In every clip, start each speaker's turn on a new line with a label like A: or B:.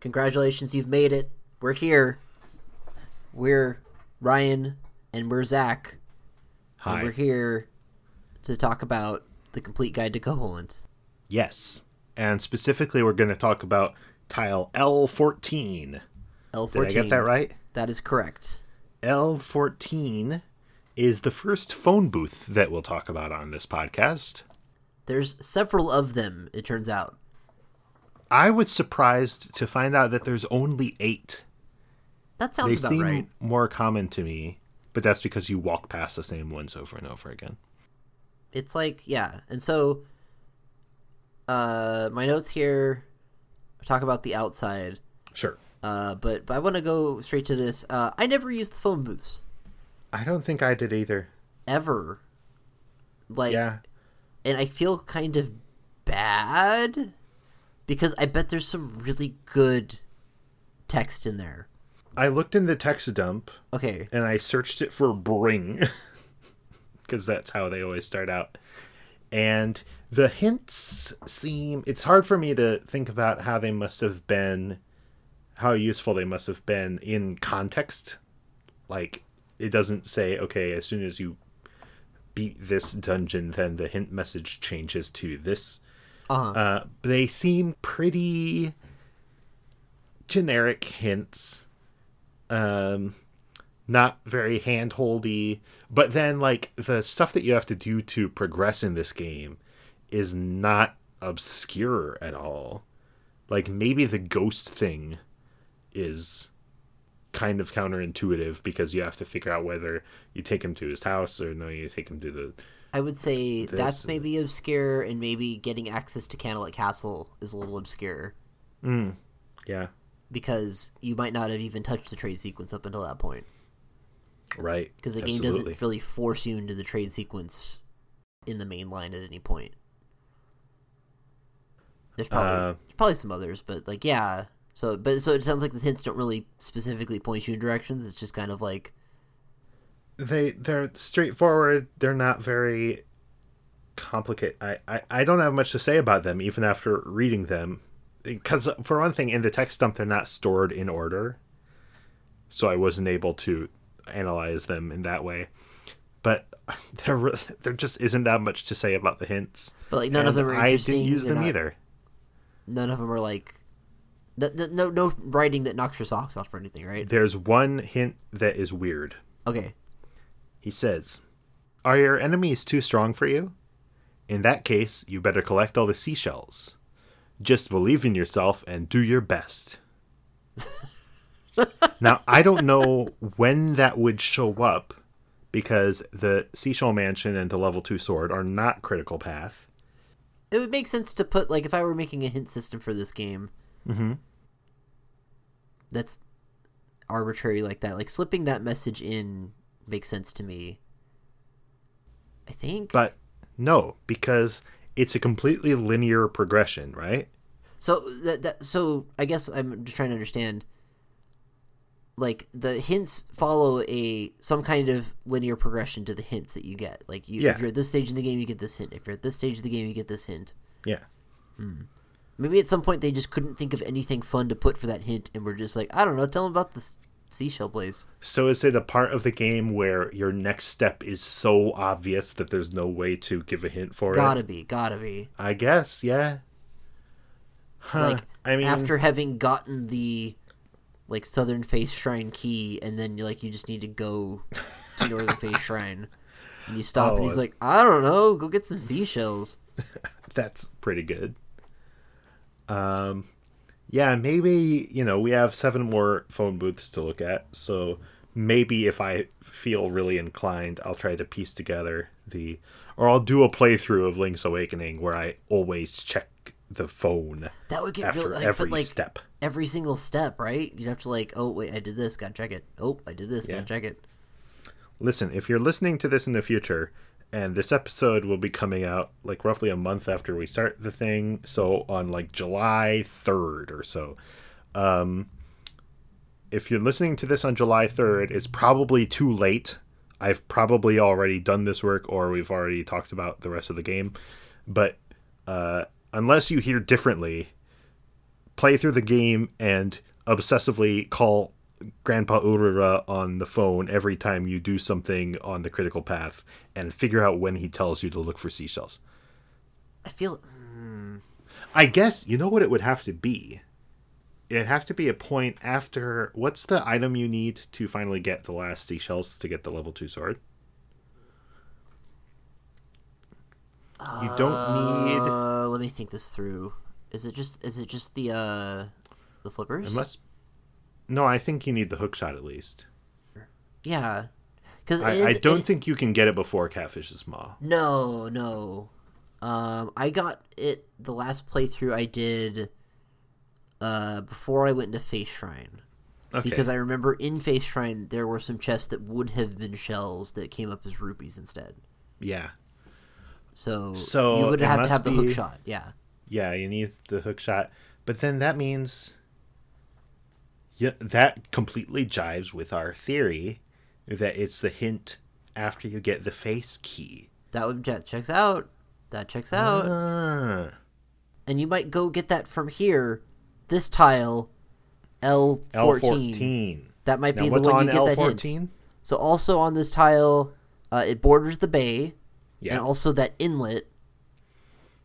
A: Congratulations, you've made it. We're here. We're Ryan and we're Zach. And we're
B: Hi.
A: here to talk about the complete guide to covalent.
B: Yes. And specifically, we're going to talk about tile L14.
A: L14.
B: Did I get that right?
A: That is correct.
B: L14 is the first phone booth that we'll talk about on this podcast.
A: There's several of them, it turns out.
B: I was surprised to find out that there's only eight.
A: That
B: They
A: sounds about
B: seem
A: right.
B: more common to me, but that's because you walk past the same ones over and over again.
A: It's like, yeah. And so uh my notes here talk about the outside.
B: Sure.
A: Uh, but, but I want to go straight to this. Uh, I never used the phone booths
B: I don't think I did either.
A: ever. Like,
B: yeah.
A: and I feel kind of bad because I bet there's some really good text in there.
B: I looked in the text dump
A: Okay,
B: and I searched it for Bring because that's how they always start out. And the hints seem it's hard for me to think about how they must have been how useful they must have been in context. Like it doesn't say okay, as soon as you beat this dungeon then the hint message changes to this.
A: Uh-huh.
B: Uh they seem pretty generic hints. Um not very handholdy. But then like the stuff that you have to do to progress in this game is not obscure at all. Like maybe the ghost thing is kind of counterintuitive because you have to figure out whether you take him to his house or no you take him to the
A: I would say that's
B: this-
A: maybe obscure, and maybe getting access to Candlelight Castle is a little obscure
B: yeah
A: because you might not have even touched the trade sequence up until that point
B: right
A: because the game doesn't really force you into the trade sequence in the main line at any point. There's probably
B: Uh,
A: there's probably some others, but like yeah. So but so it sounds like the hints don't really specifically point you in directions. It's just kind of like
B: they they're straightforward they're not very complicated I, I i don't have much to say about them even after reading them because for one thing in the text dump they're not stored in order so i wasn't able to analyze them in that way but there re- there just isn't that much to say about the hints
A: But, like, none of them are
B: i
A: interesting,
B: didn't use
A: they're
B: them
A: not-
B: either
A: none of them are like no no- no, no writing that knocks your socks off or anything, right?
B: there's one hint that is weird
A: Okay.
B: He says, Are your enemies too strong for you? In that case, you better collect all the seashells. Just believe in yourself and do your best. now, I don't know when that would show up because the Seashell Mansion and the Level 2 Sword are not Critical Path.
A: It would make sense to put like if I were making a hint system for this game. Mm-hmm. That's arbitrary like that. Like slipping that message in makes sense to me. I think.
B: But no, because it's a completely linear progression, right?
A: So that, that so I guess I'm just trying to understand. Like the hints follow a some kind of linear progression to the hints that you get. Like you,
B: Yeah.
A: if you're at this stage in the game, you get this hint. If you're at this stage of the game, you get this hint.
B: Yeah.
A: Maybe at some point they just couldn't think of anything fun to put for that hint, and we're just like, I don't know, tell them about the s- seashell place.
B: So is it a part of the game where your next step is so obvious that there's no way to give a hint for
A: Gotta
B: it?
A: be, gotta be.
B: I guess, yeah. Huh.
A: Like
B: I mean,
A: after having gotten the like southern face shrine key, and then you like you just need to go to northern face shrine, and you stop, and
B: Oh,
A: he's
B: it-
A: like, I don't know, go get some seashells.
B: that's pretty good. Um, yeah, maybe you know we have seven more phone booths to look at, so maybe if I feel really inclined, I'll try to piece together the, or I'll do a playthrough of Link's Awakening where I always check the phone
A: That would get
B: after
A: really like,
B: every
A: but, like
B: step.
A: every single step, right? You'd have to like, oh wait, I did this, gotta check it. Oh, I did this,
B: Yeah.
A: gotta check it.
B: listen, if you're listening to this in the future, and this episode will be coming out like roughly a month after we start the thing, so on like July 3rd or so. Um, if you're listening to this on July 3rd, it's probably too late. I've probably already done this work, or we've already talked about the rest of the game. But uh, unless you hear differently, play through the game and obsessively call Grandpa Urura on the phone every time you do something on the critical path and figure out when he tells you to look for seashells.
A: I feel
B: I guess you know what it would have to be. It'd have to be a point after what's the item you need to finally get the last seashells to get the level two sword? You don't need
A: Uh, let me think this through. Is it just is it just the uh the flippers?
B: unless No, I think you need the hook shot at least.
A: yeah, because
B: I, I don't think you can get it before Catfish's Maw.
A: No, no. Um, I got it the last playthrough I did uh, before I went into Face Shrine.
B: Okay.
A: Because I remember in Face Shrine, there were some chests that would have been shells that came up as rupees instead.
B: yeah.
A: So,
B: So
A: you would
B: it
A: have to
B: must
A: have the hook
B: be-
A: shot. Yeah.
B: Yeah, you need the hook shot. But then that means yeah, that completely jives with our theory that it's the hint after you get the face key.
A: That would that checks out. That checks out.
B: Ah,
A: And you might go get that from here, this tile, L14.
B: L14.
A: That might
B: Now
A: be
B: what's
A: the one
B: on
A: you get that hint.
B: L14?
A: So also on this tile, uh, it borders the bay,
B: Yeah.
A: and also that inlet.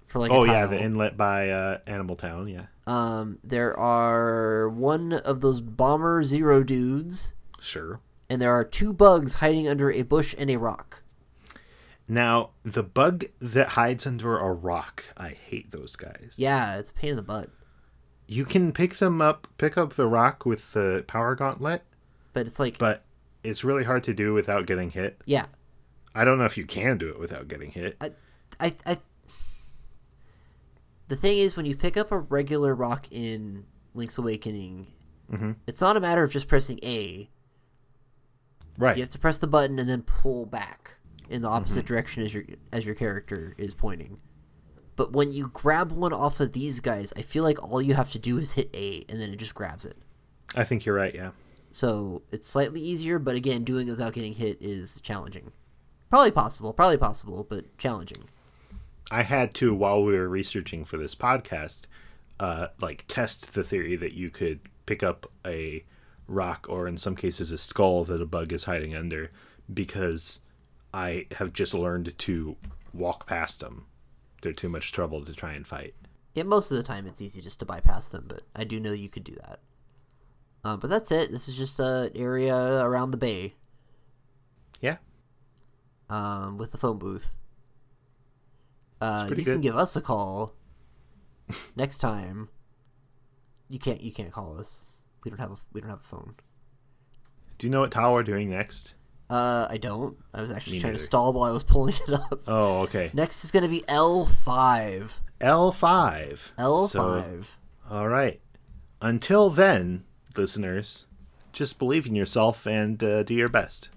A: For like, a
B: oh yeah,
A: tile.
B: the inlet by uh, Animal Town, yeah.
A: Um, there are one of those bomber zero dudes,
B: Sure.
A: and there are two bugs hiding under a bush and a rock.
B: Now, the bug that hides under a rock, I hate those guys.
A: Yeah, it's a pain in the butt,
B: You can pick them up, pick up the rock with the power gauntlet,
A: but it's like,
B: but it's really hard to do without getting hit.
A: yeah,
B: I don't know if you can do it without getting hit.
A: I, I, I. The thing is, when you pick up a regular rock in Link's Awakening,
B: Mm-hmm.
A: it's not a matter of just pressing A.
B: Right.
A: You have to press the button and then pull back in the opposite direction as your as your character is pointing. But when you grab one off of these guys, I feel like all you have to do is hit A and then it just grabs it.
B: I think you're right, yeah.
A: So it's slightly easier, but again, doing it without getting hit is challenging. Probably possible, probably possible, but challenging.
B: I had to while we were researching for this podcast, uh, like test the theory that you could pick up a rock or in some cases a skull that a bug is hiding under because I have just learned to walk past them. They're too much trouble to try and fight.
A: Yeah, most of the time it's easy just to bypass them, but I do know you could do that. Uh, but that's it. This is just an area around the bay
B: Yeah.
A: um, with the phone booth. Uh,
B: pretty
A: you can
B: good.
A: give us a call next time. You can't. You can't call us. We don't have. A, we don't have a phone.
B: Do you know what tile we're doing next?
A: Uh, I don't. I was actually
B: Me
A: trying to
B: neither.
A: stall while I was pulling it up.
B: Oh, okay.
A: Next is going to be L five.
B: L five.
A: L five.
B: All right. Until then, listeners, just believe in yourself and uh, do your best.